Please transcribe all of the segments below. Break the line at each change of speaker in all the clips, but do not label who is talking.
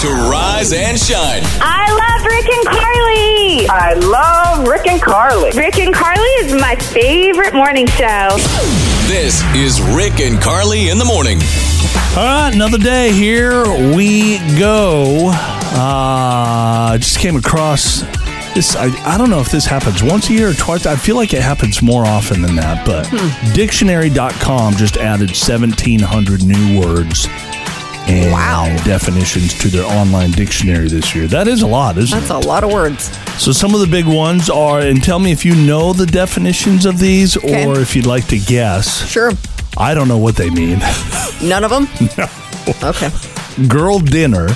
to Rise and Shine.
I love Rick and Carly.
I love Rick and Carly.
Rick and Carly is my favorite morning show.
This is Rick and Carly in the morning.
All right, another day. Here we go. Uh, just came across this. I, I don't know if this happens once a year or twice. I feel like it happens more often than that, but
Hmm.
dictionary.com just added 1,700 new words and definitions to their online dictionary this year. That is a lot, isn't
That's
it?
a lot of words.
So some of the big ones are, and tell me if you know the definitions of these
Okay.
or if you'd like to guess.
Sure.
I don't know what they mean.
None of them? No. Okay.
Girl dinner.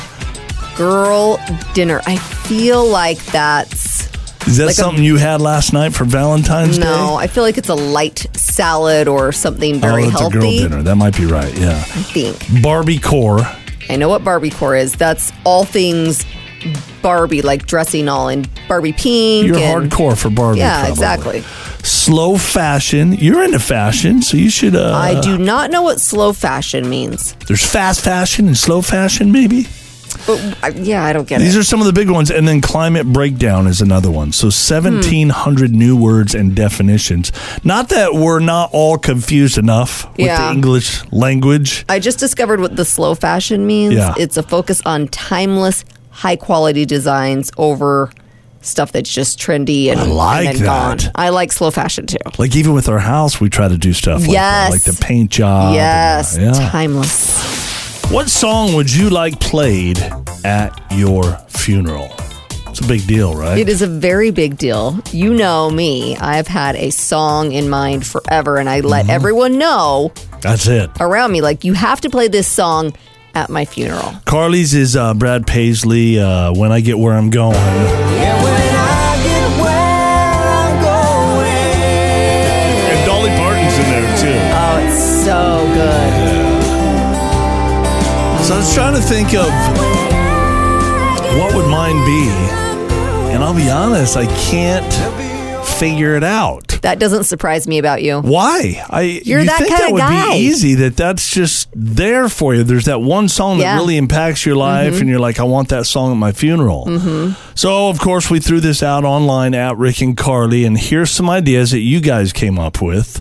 Girl dinner. I feel like that's.
Is that
Like a-
something you had last night for Valentine's Day?
No, I feel like it's a light salad or something very
oh, that's
healthy.
a girl dinner. That might be right. Yeah,
I think.
Barbie core.
I know what Barbie core is. That's all things Barbie, like dressing all in Barbie pink.
You're
and,
hardcore for Barbie.
Yeah,
probably.
exactly.
Slow fashion. You're into fashion, so you should. Uh,
I do not know what slow fashion means.
There's fast fashion and slow fashion, maybe.
But I, yeah, I don't get
These
it.
are some of the big ones, and then climate breakdown is another one. So, seventeen
Hmm.
hundred new words and definitions. Not that we're not all confused enough with
Yeah.
the English language.
I just discovered what the slow fashion means.
Yeah.
It's a focus on timeless, high quality designs over stuff that's just trendy and,
I like
and then
that.
gone. I like slow fashion too.
Like even with our house, we try to do stuff like that,
Yes.
like the paint job. and,
yes,
uh, yeah.
timeless.
What song would you like played at your funeral? It's a big deal, right?
It is a very big deal. You know me. I've had a song in mind forever, and I
Mm-hmm.
let everyone know
That's it.
around me like you have to play this song at my funeral.
Carly's is uh, Brad Paisley. Uh, when I get where I'm going. And Dolly Parton's in there
Oh, it's so good.
too. So I was trying to think of what would mine be, and I'll be honest, I can't figure it out.
That doesn't surprise me about you.
Why? I
You're
you
that
think
kinda
that would
guy.
be easy that that's just there for you. There's that one song
Yeah. Mm-hmm.
that really impacts your life and you're like I want that song at my funeral. So of course we threw this out online at Rick and Carly and here's some ideas that you guys came up with.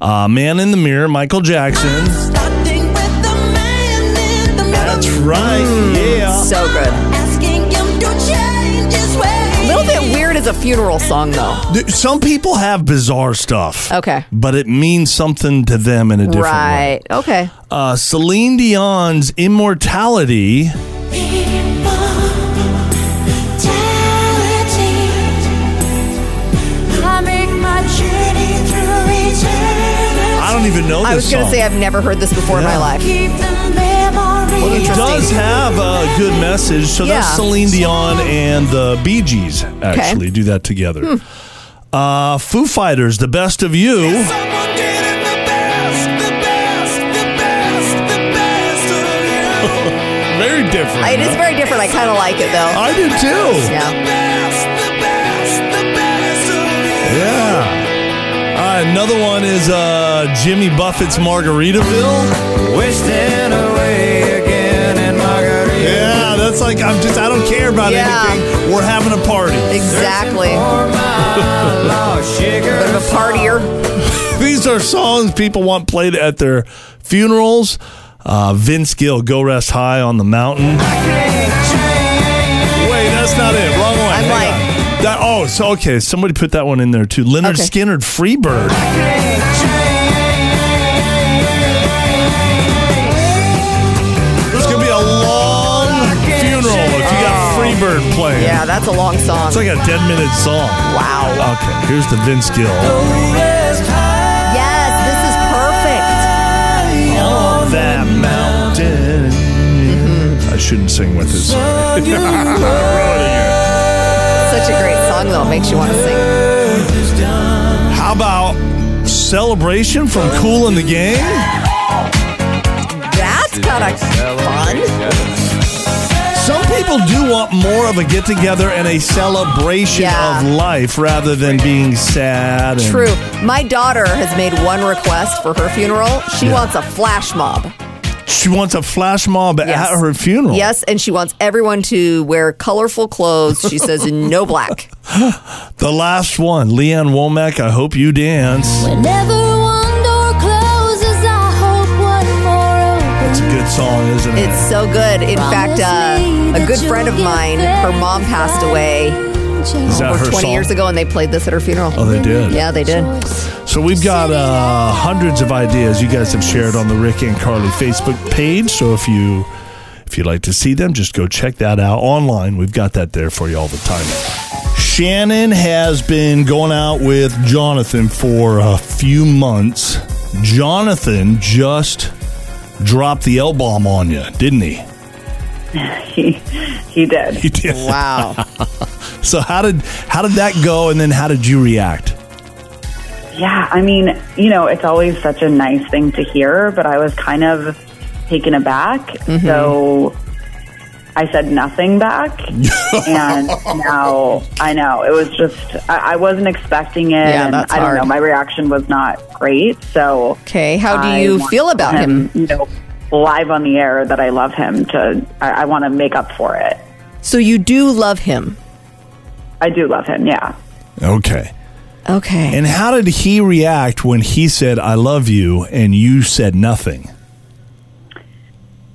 Uh, Man in the Mirror, Michael Jackson.
Starting with the man in the mirror,
That's right. Yeah.
Mm. So good.
asking him to change his
A
ways.
little bit weird as a funeral song though.
Th- Some people have bizarre stuff.
Okay.
But it means something to them in a different way.
Right. Okay.
Uh, Celine Dion's Immortality.
Immortality. I make my journey through eternity.
I don't even know this
I was going to
song.
say I've never heard this before in
Yeah.
my life.
Keep the memory.
Well, it does have a good message. So that's
Yeah.
Celine Dion and the Bee Gees actually do that
Hmm.
together. Uh, Foo Fighters, the best of you.
Someone did it the best, the best, the best, the best of you.
Very different.
It is very different. I kind of like it though.
I do too. Yeah.
Yeah.
Best, the best, the best of you.
All right, another one is uh, Jimmy Buffett's Margaritaville.
Wasting away again in Margarita.
Yeah, that's like I'm just I don't care about
Yeah.
anything. We're having a party.
Exactly.
For my lost sugar.
Bit of a partier.
These are songs people want played at their funerals. Uh, Vince Gill, Go Rest High on the Mountain. Wait, that's not it. Wrong one.
I'm
Hang
like-
on. That, oh, so okay. Somebody put that one in there too. Leonard
Okay.
Skinner, Freebird. There's gonna be a long funeral if you got Freebird playing.
Oh. Yeah, that's a long song.
It's like a 10 minute song.
wow.
Okay, here's the Vince Gill.
Yes,
on that mountain. I shouldn't sing with this. How
this is perfect. Such a great song though. It makes you want to sing.
about celebration from Cool in the Game?
That's kind of fun.
Some people do want more of a get together and a celebration
Yeah.
of life rather than being sad. And
True. My daughter has made one request for her funeral. She wants a flash mob.
She wants a flash mob
Yes.
at her funeral.
Yes, and she wants everyone to wear colorful clothes. She says no black.
The last one, Leanne Womack, I hope you dance.
Whenever one door closes, I hope one more opens.
It's a good song, isn't it?
It's so good. In fact, uh, a good friend of mine, her mom passed away
Is that
over
her
20
song?
years ago, and they played this at her funeral.
Oh, they did.
Yeah, they did.
So we've got uh, hundreds of ideas you guys have shared on the Rick and Carly Facebook page. So if you if you'd like to see them, just go check that out online. We've got that there for you all the time. Shannon has been going out with Jonathan for a few months. Jonathan just dropped the L bomb on you, didn't he?
He, he did.
He did.
Wow.
So how did how did that go? And then how did you react?
Yeah, I mean, you know, it's always such a nice thing to hear, but I was kind of taken aback.
Mm-hmm.
So I said nothing back. and now I know. It was just, I, I wasn't expecting it.
Yeah,
and
that's
I don't
hard.
know. My reaction was not great. So.
Okay, how do
I
you
want
feel about him?
You know, live on the air that I love him to, I, I want to make up for it.
So you do love him.
I do love him. Yeah.
Okay.
Okay.
And how did he react when he said "I love you" and you said nothing?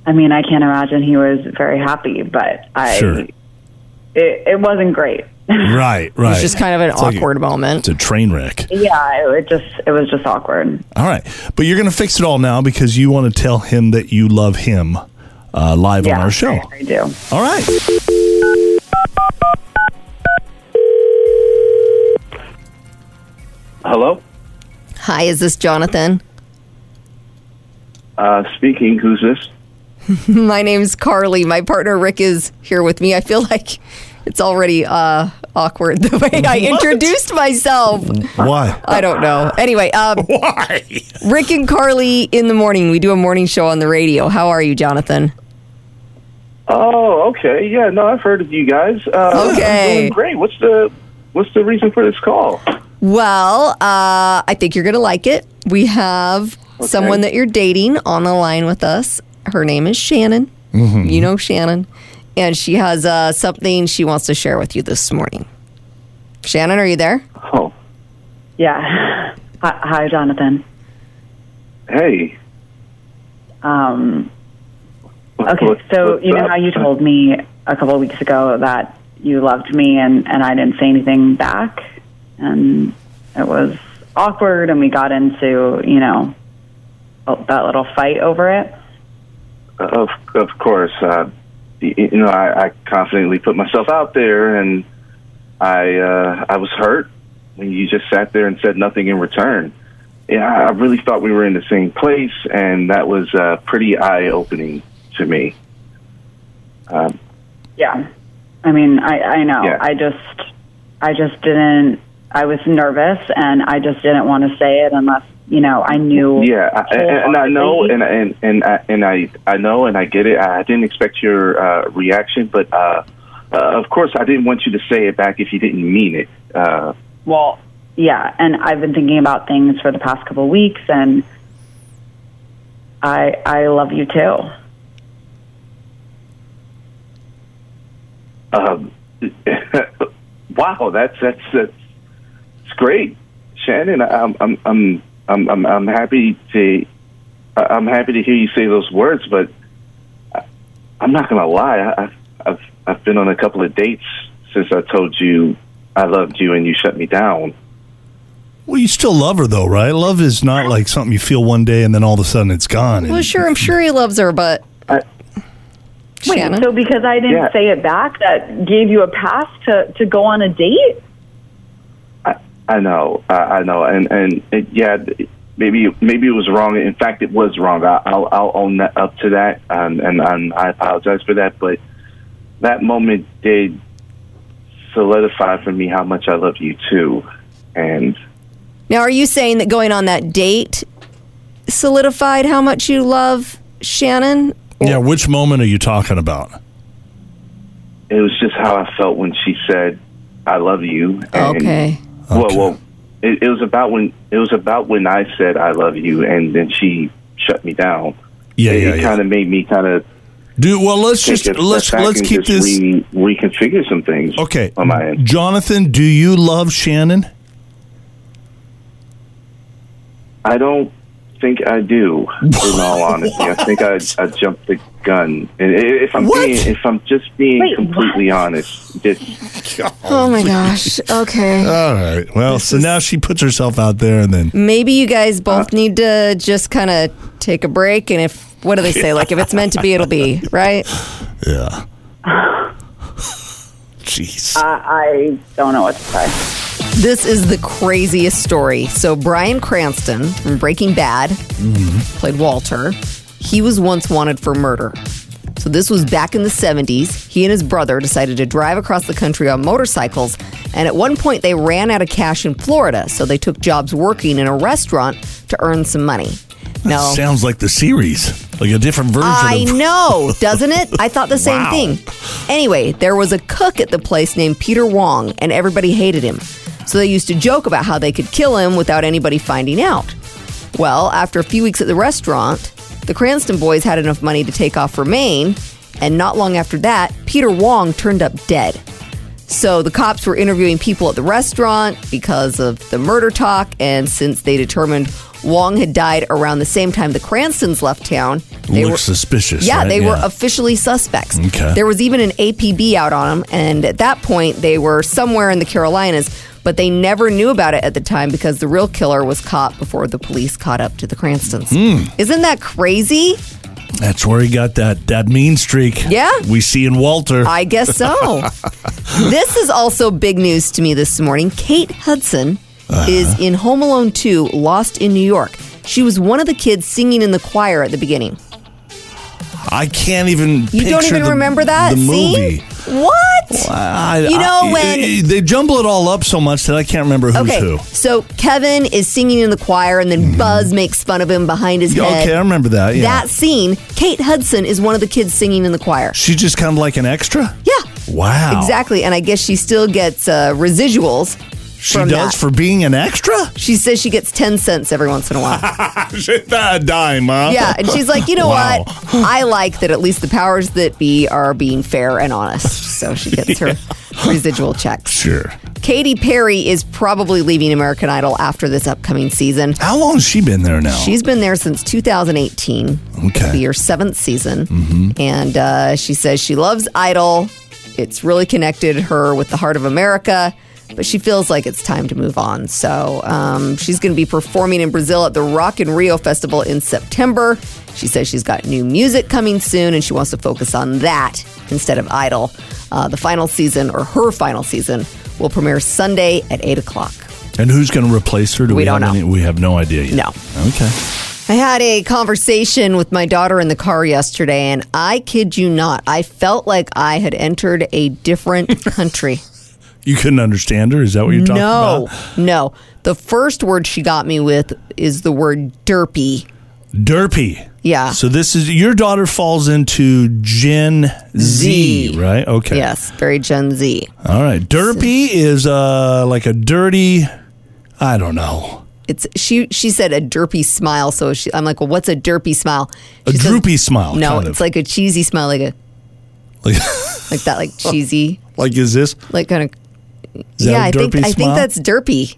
I mean, I can't imagine he was very happy, but I
Sure.
it, it wasn't great.
Right, right.
It's just kind of an
like a-
awkward moment.
It's a train wreck.
yeah, it, it just it was just awkward.
All right, but you're going to fix it all now because you want to tell him that you love him uh, live
Yeah,
on our show.
I, I do.
All right.
Hello?
Hi, is this Jonathan?
Uh, speaking, who's this?
My name's Carly. My partner Rick is here with me. I feel like it's already uh, awkward the way I introduced myself.
Why?
I don't know. Anyway, um, why? Rick and Carly in the morning. We do a morning show on the radio. How are you, Jonathan?
Oh, okay. Yeah, no, I've heard of you guys. Uh,
Okay.
I'm doing great. What's the what's the reason for this call?
Well, uh, I think you're gonna like it. We have someone that you're dating on the line with us. Her name is Shannon. You know Shannon, and she has uh, something she wants to share with you this morning. Shannon, are you there?
Oh,
Yeah. Hi, hi Jonathan.
hey.
Um, okay,
What-
so
what's
you know
up?
how you told me a couple of weeks ago that you loved me and and I didn't say anything back, and it was awkward, and we got into you know that little fight over it.
Uh, Of of course. Uh, y- you know, I, I confidently put myself out there, and I uh, I was hurt when you just sat there and said nothing in return. Yeah, I I really thought we were in the same place, and that was uh, pretty eye opening to me.
Yeah. I mean, I, I know.
Yeah.
I just, I just didn't, I was nervous and I just didn't want to say it unless, you know, I knew.
Yeah, I, and, and I know, and and and I, and I I know, and I get it. I didn't expect your uh, reaction, but uh, uh, of course, I didn't want you to say it back if you didn't mean it. Uh,
Well, yeah. And I've been thinking about things for the past couple of weeks and I, I love you too.
um, wow, that's that's that's it's great, Shannon. I'm I'm I'm I'm I'm, I'm happy to I- I'm happy to hear you say those words, but I- I'm not gonna lie. I- I've I've I've been on a couple of dates since I told you I loved you and you shut me down.
Well, you still love her though, right? Love is not like something you feel one day and then all of a sudden it's gone.
Well,
And-
sure. I'm sure he loves her, but
I-
Shannon,
Wait, so because I didn't
Yeah.
say it back, that gave you a pass to, to go on a date?
I, I know, I, I know, and and it, yeah, maybe maybe it was wrong. In fact, it was wrong. I, I'll I'll own that up to that, um, and and I apologize for that. But that moment did solidify for me how much I love you too, and
now are you saying that going on that date solidified how much you love Shannon?
yeah. Which moment are you talking about?
it was just how I felt when she said, "I love you."
Um,
And,
Okay.
Well,
Okay.
well, it, it was about when it was about when I said I love you, and then she shut me down.
Yeah,
it,
yeah, yeah.
kind of made me kind of
Dude, well, let's
take
just
a step
let's
back
let's
and
keep
just
this.
re- reconfigure some things.
okay,
on my end.
Jonathan, do you love Shannon?
I don't think I do. In all honesty, I think I, I jumped the gun. And i- if I'm
What?
being, if I'm just being
Wait,
completely honest, just
Oh my gosh. Okay.
All right. Well, so now she puts herself out there, and then
Maybe you guys both need to just kind of take a break. And if, what do they say? Like, if it's meant to be, it'll be, right?
yeah. Jeez.
I, I don't know what to say.
This is the craziest story. So, Brian Cranston from Breaking Bad played Walter. He was once wanted for murder. So, this was back in the 70s. He and his brother decided to drive across the country on motorcycles. And at one point, they ran out of cash in Florida. So, they took jobs working in a restaurant to earn some money. No.
Sounds like the series, like a different version.
Oh. I
of,
know, doesn't it? I thought the same
Wow.
thing. Anyway, there was a cook at the place named Peter Wong, and everybody hated him. So they used to joke about how they could kill him without anybody finding out. Well, after a few weeks at the restaurant, the Cranston boys had enough money to take off for Maine, and not long after that, Peter Wong turned up dead. So the cops were interviewing people at the restaurant because of the murder talk, and since they determined Wong had died around the same time the Cranstons left town, they
looks
were
suspicious.
yeah,
right?
they were officially suspects.
Okay.
There was even an APB out on them, and at that point, they were somewhere in the Carolinas, but they never knew about it at the time because the real killer was caught before the police caught up to the Cranstons.
Hmm.
Isn't that crazy?
That's where he got that that mean streak.
Yeah? Uh,
we see in Walter.
I guess so. this is also big news to me this morning. Kate Hudson
Uh-huh.
is in Home Alone 2, Lost in New York. She was one of the kids singing in the choir at the beginning.
I can't even.
You don't
picture
even
the-
remember that
the
scene?
movie.
What?
I-
You know
I-
when-
they jumble it all up so much that I can't remember who's
Okay,
who.
so Kevin is singing in the choir, and then Buzz makes fun of him behind his
Yeah,
head.
okay, I remember that. Yeah,
That scene, Kate Hudson is one of the kids singing in the choir.
she's just kind of like an extra.
Yeah,
Wow,
exactly. And I guess she still gets uh, residuals.
She
from
does
that.
for being an extra.
She says she gets ten cents every once in a while.
a dime, huh?
yeah, and she's like, you know
Wow.
what? I like that at least the powers that be are being fair and honest. So she gets her residual checks.
Sure.
Katy Perry is probably leaving American Idol after this upcoming season.
How long has she been there now?
She's been there since 2018.
Okay.
It'll be her seventh season. And uh, she says she loves Idol. It's really connected her with the heart of America, but she feels like it's time to move on. So um, she's going to be performing in Brazil at the Rock in Rio Festival in September. She says she's got new music coming soon and she wants to focus on that instead of Idol. Uh, the final season, or her final season, will premiere Sunday at 8 o'clock.
and who's going to replace her? Do
We
we
don't
have
know.
Any, we have no idea yet.
No.
Okay.
I had a conversation with my daughter in the car yesterday, and I kid you not, I felt like I had entered a different country.
You couldn't understand her? Is that what you're talking
no,
about?
no. The first word she got me with is the word derpy.
Derpy.
Yeah.
So this is your daughter falls into Gen Z,
Z.
right? Okay.
Yes, very Gen Z.
All right. Derpy is uh like a dirty I don't know.
It's she. She said a derpy smile. So she, I'm like, well, what's a derpy smile?
A
She says-
droopy smile.
No,
kind
it's
of.
like a cheesy smile, like a
like
like that, like cheesy,
like is this?
like kind of.
Oh. Is that
yeah,
a
I think
derpy
I
smile?
think that's derpy.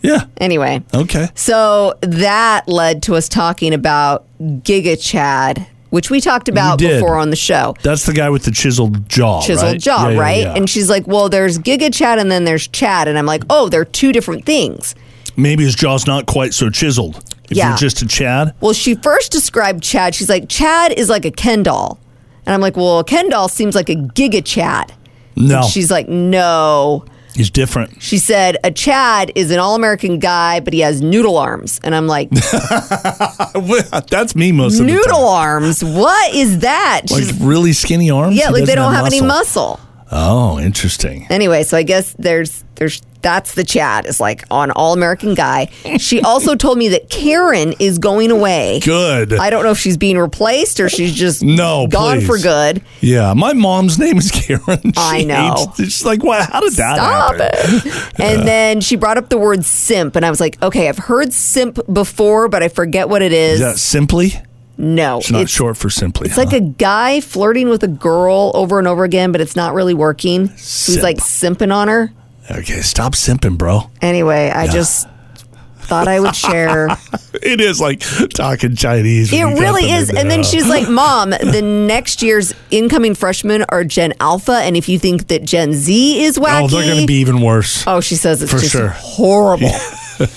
Yeah.
Anyway.
Okay.
So that led to us talking about Giga Chad, which we talked about
did.
before on the show.
That's the guy with the chiseled jaw.
Chiseled
right?
jaw,
Yeah, yeah,
right?
yeah.
And she's like, well, there's Giga Chad and then there's Chad. And I'm like, oh, they're two different things.
Maybe his jaw's not quite so chiseled. If
Yeah.
you're just a Chad.
Well, she first described Chad. She's like, Chad is like a Ken doll. And I'm like, well, a Ken doll seems like a Giga Chad.
No.
She's like, no.
he's different.
She said, a Chad is an all American guy, but he has noodle arms. And I'm like,
That's me most of the
noodle
time.
arms? What is that?
Like
She's-
really skinny arms?
yeah,
He
like they
doesn't
don't have any muscle.
Oh, interesting.
Anyway, so I guess there's there's that's the chat is like on All American Guy. She also told me that Karen is going away.
Good.
I don't know if she's being replaced or she's just
No,
gone
please.
for good.
yeah, my mom's name is Karen. She
I know.
hates- She's like, wow, how did that
Stop
happen?
it. And then she brought up the word simp, and I was like, okay, I've heard simp before, but I forget what it
Is
is.
that simply?
No,
It's not short for simply.
It's like a guy flirting with a girl over and over again, but it's not really working. He's
Simp.
like simping on her.
a- okay, stop simping, bro.
Anyway, I just thought I would share.
It is like talking Chinese.
It really is. And then she's like, Mom, the next year's incoming freshmen are Gen Alpha. And if you think that Gen Z is wacky.
oh, they're going to be even worse.
Oh, she says it's
For
just
sure.
horrible.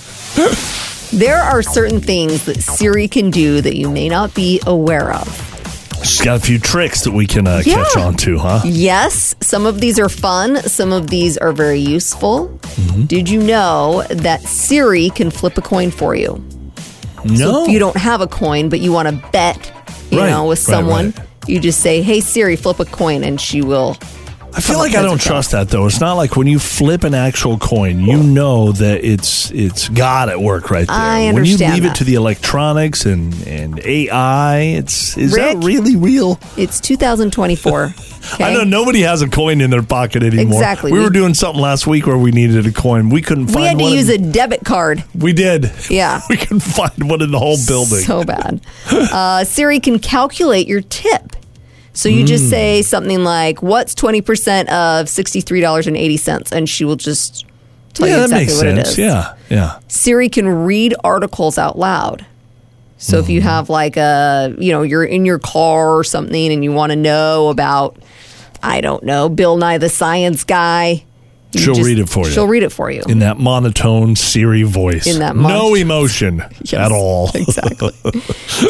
there are certain things that Siri can do that you may not be aware of.
She's got a few tricks that we can uh,
Yeah.
catch on to, huh?
Yes, some of these are fun, some of these are very useful.
Mm-hmm.
Did you know that Siri can flip a coin for you?
No.
If you don't have a coin, but you want to bet, you
Right,
know, with
right,
someone,
right.
you just say, "Hey Siri, flip a coin," and she will.
I feel
Someone
like I
says
don't
it
trust that though. It's not like when you flip an actual coin, you know that it's it's God at work right there.
I
when you
understand
leave it
that.
to the electronics and and AI, it's is
Rick?
that really real?
It's 2024.
I
okay?
know nobody has a coin in their pocket anymore.
Exactly.
We,
We-
were doing something last week where we needed a coin. We couldn't find
We had to
one.
use a
in-
debit card.
We did.
Yeah.
we couldn't find one in the whole building.
So bad. Uh, Siri can calculate your tip. So you
Hmm.
just say something like, "What's twenty percent of sixty-three dollars and eighty cents?" and she will just tell
yeah,
you
that
exactly
makes
what
sense.
it is.
Yeah, yeah.
Siri can read articles out loud. So if you
Mm-hmm.
have like a, you know, you're in your car or something and you want to know about, I don't know, Bill Nye the Science Guy, you
She'll read it for you.
She'll read it for you.
In that monotone Siri voice.
In that
no
monotone-
emotion
Yes,
at all.
Exactly.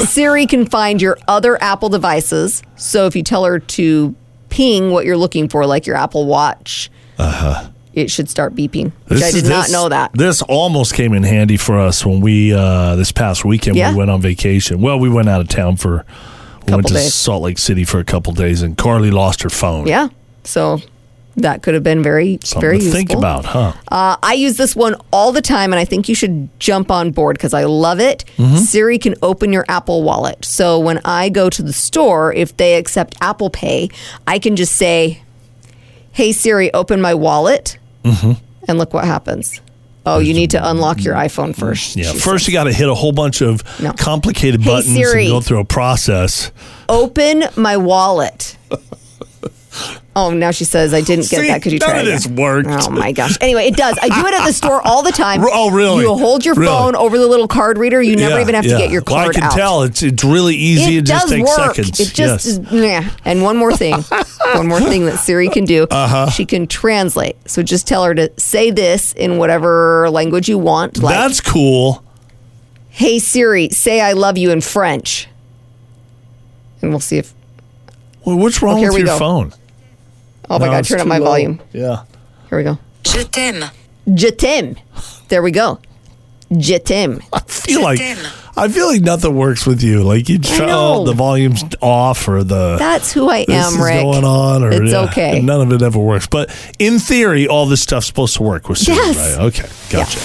Siri can find your other Apple devices. So if you tell her to ping what you're looking for, like your Apple Watch, it should start beeping. Which I
Uh-huh. This
did
is-
not
this-
know that.
This almost came in handy for us when we uh, this past weekend
Yeah?
we went on vacation. Well, we went out of town for we went
Couple
to
days.
Salt Lake City for a couple days, and Carly lost her phone.
yeah. So that could have been very,
Something
very
to
useful.
think about, huh?
Uh, I use this one all the time, and I think you should jump on board because I love it. Siri can open your Apple Wallet. So when I go to the store, if they accept Apple Pay, I can just say, "Hey Siri, open my wallet," and look what happens. Oh, you need to unlock your iPhone first.
yeah.
She
First, you got to hit a whole bunch of
No.
complicated
Hey,
buttons
Siri.
and go through a process.
said, open my wallet. Oh, now she says I didn't get
See,
that. Could you
none
try
of
again?"
this worked.
Oh my gosh! Anyway, it does. I do it at the store all the time.
Oh, really?
You hold your
Really?
phone over the little card reader. You never
Yeah,
even have
yeah.
to get your
Well,
card
I can
out.
tell it's it's really easy. It,
It,
just
does
takes
work.
seconds.
It just
yes.
is, yeah. And one more thing, one more thing that Siri can do. Uh-huh. She can translate. So just tell her to say this in whatever language you want. Like,
that's cool.
"Hey Siri, say I love you in French," and we'll see if.
Well, what's wrong
here
with
we
your
go.
phone?
Oh my
No,
God!
it's
Turn up
too
my
low.
volume.
Yeah.
Here we go.
Je t'aime.
Je t'aime. There we go. Je t'aime.
feel like I feel like nothing works with you. Like you try, oh,
know.
the volume's off or the
That's who I
this
am,
is
Rick.
going on or
It's
yeah,
okay.
None of it ever works. But in theory, all this stuff's supposed to work with Siri,
Yes.
right? Okay, gotcha.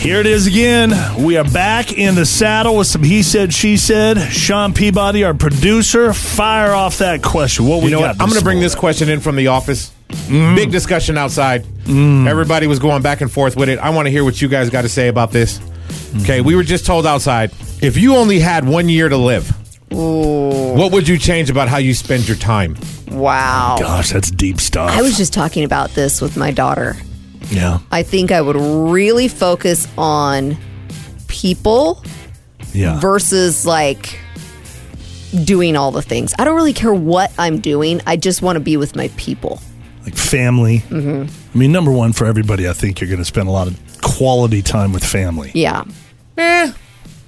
Here it is again. We are back in the saddle with some he said, she said. Sean Peabody, our producer, fire off that question. What we
You know
got?
what? I'm going to bring this question in from the office. Big discussion outside. Everybody was going back and forth with it. I want to hear what you guys got to say about this. Okay, we were just told outside if you only had one year to live, what would you change about how you spend your time?
Wow.
Gosh, that's deep stuff.
I was just talking about this with my daughter.
yeah,
I think I would really focus on people
yeah.
versus like doing all the things. I don't really care what I'm doing. I just want to be with my people.
like family.
Mm-hmm.
I mean, number one for everybody, I think you're going to spend a lot of quality time with family.
Yeah. Eh.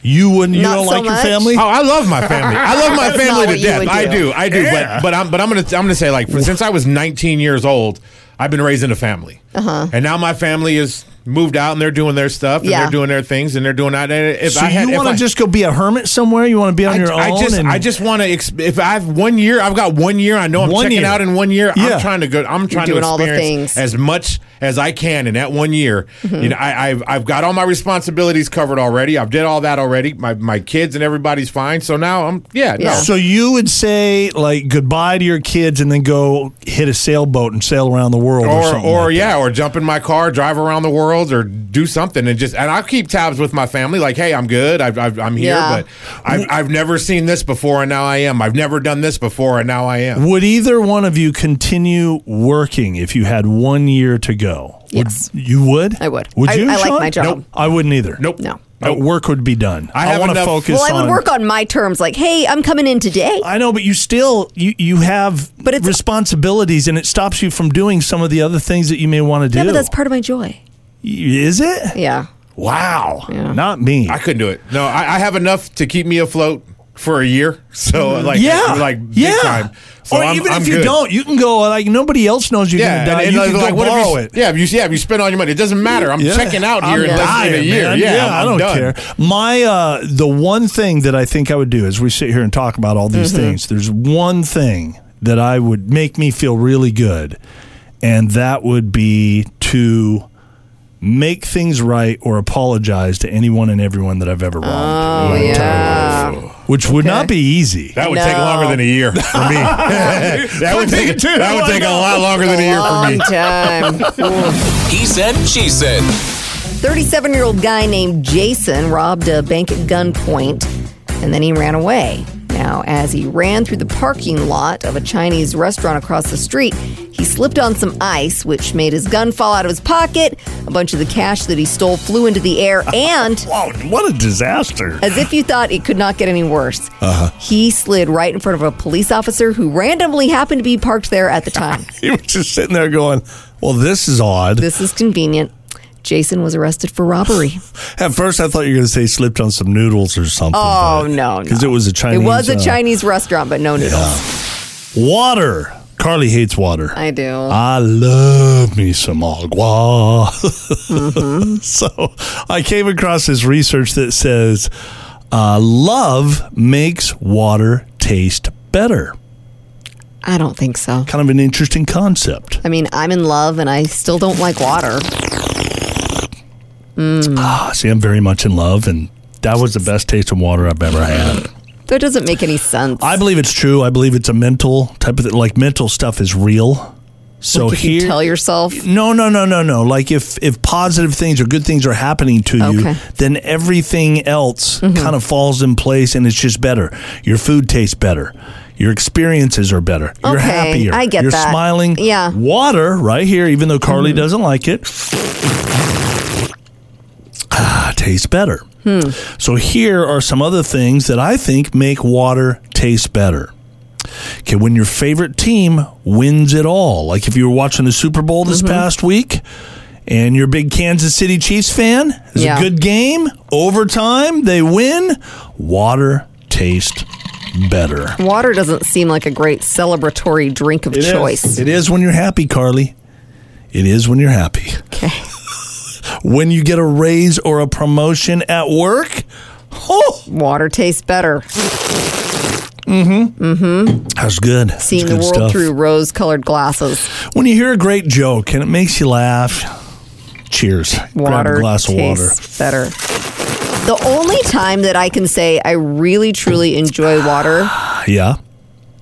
You wouldn't. You
Not
don't
so
like your
much.
family.
Oh, I love my family. I love my
That's not
family
what
to
you
death.
would
I
do.
do. I do. But but I'm but I'm gonna I'm gonna say like for, since I was 19 years old, I've been raising a family, uh-huh. and now my family is moved out and they're doing their stuff and
Yeah.
they're doing their things and they're doing that. And if
so
I had,
you
if
want
I-
to just go be a hermit somewhere? You want to be on
I,
your own?
I just
and-
I just want to. Exp- if I have one year, I've got one year. I know I'm
One
checking
year.
out in one year.
Yeah.
I'm trying to go. I'm trying
doing
to
all the
experience
things. Mm-hmm.
as much as I can in that one year. You know, I, I've I've got all my responsibilities covered already. I've did all that already. My my kids and everybody's fine. So now I'm yeah.
Yeah.
No.
So you would say like goodbye to your kids and then go hit a sailboat and sail around the world, or,
or
something
or
like that.
yeah, or jump in my car, drive around the girls or do something and just and I keep tabs with my family. Like, hey, I'm good. I've, I've, I'm here,
Yeah.
but I've, I've never seen this before, and now I am. I've never done this before, and now I am.
Would either one of you continue working if you had one year to go? Yes. you would? I would. Would
I-
you?
I like
Sean?
my job. Nope.
I wouldn't either. Nope.
No.
Work would be done. I,
have
want to
enough-
focus
Well, I
on-
would work on my terms. Like, hey, I'm coming in today.
I know, but you still you you have but it's, responsibilities, and it stops you from doing some of the other things that you may want to do.
Yeah, but that's part of my joy.
Is it?
Yeah.
Wow. Not me.
I couldn't do it. No, I, I have enough to keep me afloat for a year. So like,
yeah,
like big
yeah.
time. So
or
I'm-
even
I'm
if you
good.
don't, you can go like nobody else knows you're
Yeah,
going to die.
and- and
you
like-
can
like,
go
what if you-
borrow it.
Yeah, if you yeah, if you spend all your money, it doesn't matter. I'm
Yeah.
checking out
I'm
here in less
dying,
than a year.
man.
Yeah,
yeah
I'm,
I
I'm
do not
done.
care. My uh, the one thing that I think I would do as we sit here and talk about all these
Mhm.
things. There's one thing that I would make me feel really good, and that would be to make things right or apologize to anyone and everyone that I've ever wronged. Oh yeah, which would not be easy.
That would take longer than a year for me. that would take that would take a lot longer than a year for me.
He said, she said.
37 year old guy named Jason robbed a bank at gunpoint and then he ran away. Now, as he ran through the parking lot of a Chinese restaurant across the street, he slipped on some ice, which made his gun fall out of his pocket. A bunch of the cash that he stole flew into the air, and
What a disaster!
as if you thought it could not get any worse,
Uh-huh.
he slid right in front of a police officer who randomly happened to be parked there at the time.
He was just sitting there going, "Well, this is odd."
This is convenient. Jason was arrested for robbery.
At first, I thought you were going to say slipped on some noodles or something.
Oh, no,
because it was a Chinese.
it was a
uh,
Chinese restaurant, but no noodles.
Water. Carly hates water.
I do.
I love me some agua.
Mm-hmm.
so I came across this research that says uh, love makes water taste better.
I don't think so.
Kind of an interesting concept.
I mean, I'm in love and I still don't like water.
Ah, see, I'm very much in love, and that was the best taste of water I've ever had.
That doesn't make any sense.
I believe it's true. I believe it's a mental type of thing. Like mental stuff is real. So
Like, if you
here,
tell yourself
No, no, no, no, no. Like if if positive things or good things are happening to you,
Okay. Mm-hmm.
then everything else kind of falls in place and it's just better. Your food tastes better. Your experiences are better. You're
Okay,
happier.
I get
You're
that.
smiling.
Yeah. Mm-hmm.
Water right here, even though Carly doesn't like it, ah, tastes better.
Hmm.
So here are some other things that I think make water taste better. Okay, when your favorite team wins it all, like if you were watching the Super Bowl this
Mm-hmm.
past week and you're a big Kansas City Chiefs fan, it's
Yeah.
a good game, overtime, they win, water tastes better.
water doesn't seem like a great celebratory drink of
It is.
choice.
It is when you're happy, Carly. It is when you're happy.
Okay.
when you get a raise or a promotion at work, oh,
Water tastes better.
Mm-hmm. Mm-hmm. That's good. That's
Seeing the
good
world
stuff.
through rose colored glasses.
When you hear a great joke and it makes you laugh, cheers. Grab
Water
a glass of water.
tastes better. The only time that I can say I really truly enjoy water
Yeah.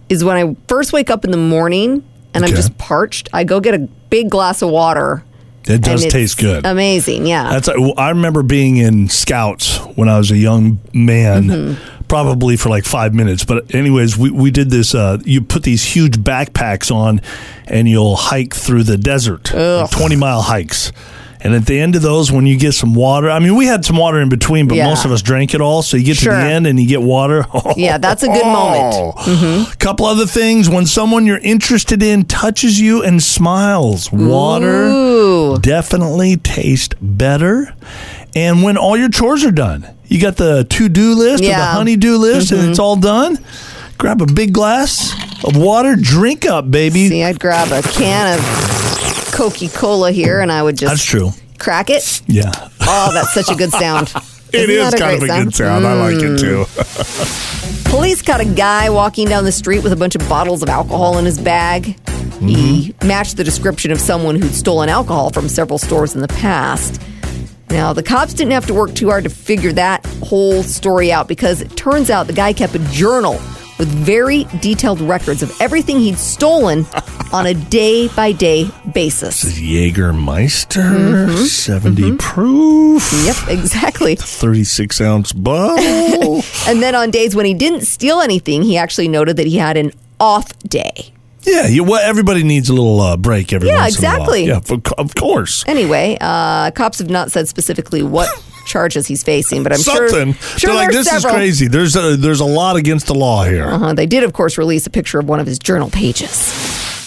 is when I first wake up in the morning and I'm
Okay.
just parched. I go get a big glass of water.
It
and
does
it's
taste good.
Amazing, yeah.
That's I remember being in scouts when I was a young man,
Mm-hmm.
probably for like five minutes. But anyways, we, we did this. Uh, you put these huge backpacks on, and you'll hike through the desert, like twenty mile hikes. And at the end of those, when you get some water, I mean, we had some water in between, but
Yeah.
most of us drank it all. So you get to the end and you get water. Oh,
Yeah, that's a good moment. Mm-hmm.
Couple other things when someone you're interested in touches you and smiles, water definitely tastes better. And when all your chores are done, you got the to do list or the
Yeah. Mm-hmm.
honey do list, and it's all done. Grab a big glass of water, drink up, baby.
See, I'd grab a can of Coca Cola here and I would just
That's true.
crack it.
Yeah.
Oh, that's such a good sound.
It
Isn't
is
that
kind of
great Mm.
a good sound. I like it too.
Police caught a guy walking down the street with a bunch of bottles of alcohol in his bag. He matched the description of someone who'd stolen alcohol from several stores in the past. Now, the cops didn't have to work too hard to figure that whole story out because it turns out the guy kept a journal with very detailed records of everything he'd stolen on a day by day basis.
Jaegermeister, 70 proof.
Mm-hmm. Yep, exactly.
36 ounce bottle.
And then on days when he didn't steal anything, he actually noted that he had an off day.
yeah, you, well, everybody needs a little uh, break every
Yeah,
once in a while.
exactly.
Yeah, for, of course.
Anyway, uh, cops have not said specifically what charges he's facing, but I'm sure-
Something.
sure,
They're like,
there are
this
several.
is crazy. There's a, there's a lot against the law here.
Uh-huh. They did, of course, release a picture of one of his journal pages.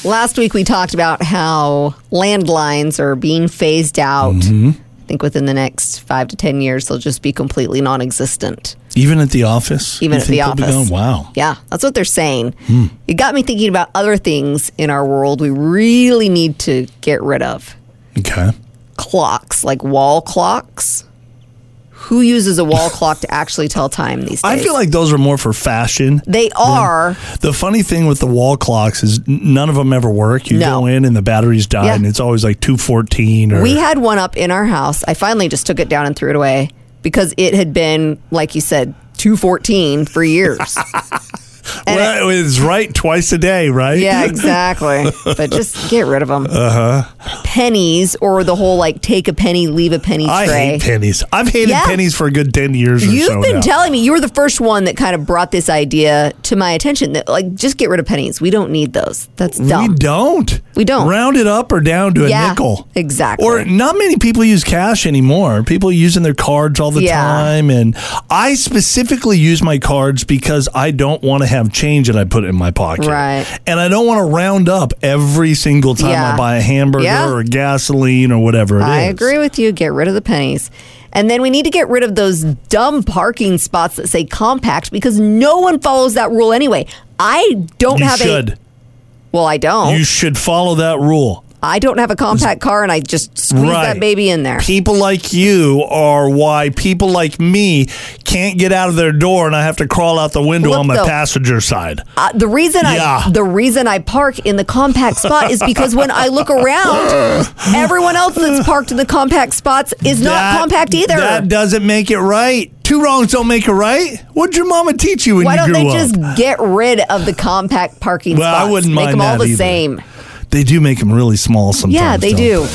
Last week, we talked about how landlines are being phased out.
Mm-hmm.
I think within the next five to 10 years, they'll just be completely non existent.
Even at the office?
Even
You
at the
think they'll be
office.
going, wow. Hmm.
Yeah, that's what they're saying. It got me thinking about other things in our world we really need to get rid of
Okay.
clocks, like wall clocks. Who uses a wall clock to actually tell time these days?
I feel like Mm. those are more for fashion.
they are.
The funny thing with the wall clocks is n- none of them ever work. You
No.
go in and the batteries die,
Yeah.
and it's always like two fourteen or
We had one up in our house. I finally just took it down and threw it away because it had been, like you said, 214 for years. and it-
Well, it's right twice a day, right?
yeah, exactly. But just get rid of them. Uh
Uh-huh.
huh. Pennies or the whole like take a penny, leave a penny
I
tray.
hate pennies. I've hated
Yeah.
pennies for a good ten years. Or
You've
so
been
now.
telling me you were the first one that kind of brought this idea to my attention that like just get rid of pennies. We don't need those. That's dumb.
We don't.
We don't.
round it up or down to a
Yeah,
nickel.
exactly.
Or not many people use cash anymore. People are using their cards all the
Yeah.
time, and I specifically use my cards because I don't want to have change that I put in my pocket.
Right.
And I don't want to round up every single time
Yeah.
I buy a hamburger
Yeah.
or gasoline or whatever it is.
I agree with you. Get rid of the pennies. And then we need to get rid of those dumb parking spots that say compact because no one follows that rule anyway. I don't
You
have
should.
a well, I don't.
You should follow that rule.
I don't have a compact car, and I just squeeze that
Right.
baby in there.
People like you are why people like me can't get out of their door and I have to crawl out the window
Look,
on my
though.
passenger side.
Uh, the reason
Yeah.
I the reason I park in the compact spot is because when I look around, everyone else that's parked in the compact spots is not
That-
compact either.
That doesn't make it right. Two wrongs don't make a right. What'd your mama teach you when
Why
you
don't
grew
they
up?
just get rid of the compact parking
Well, I
spots?
wouldn't
Make
mind
them all
that
the
either.
same.
they do make them really small sometimes.
Yeah, they
don't
do.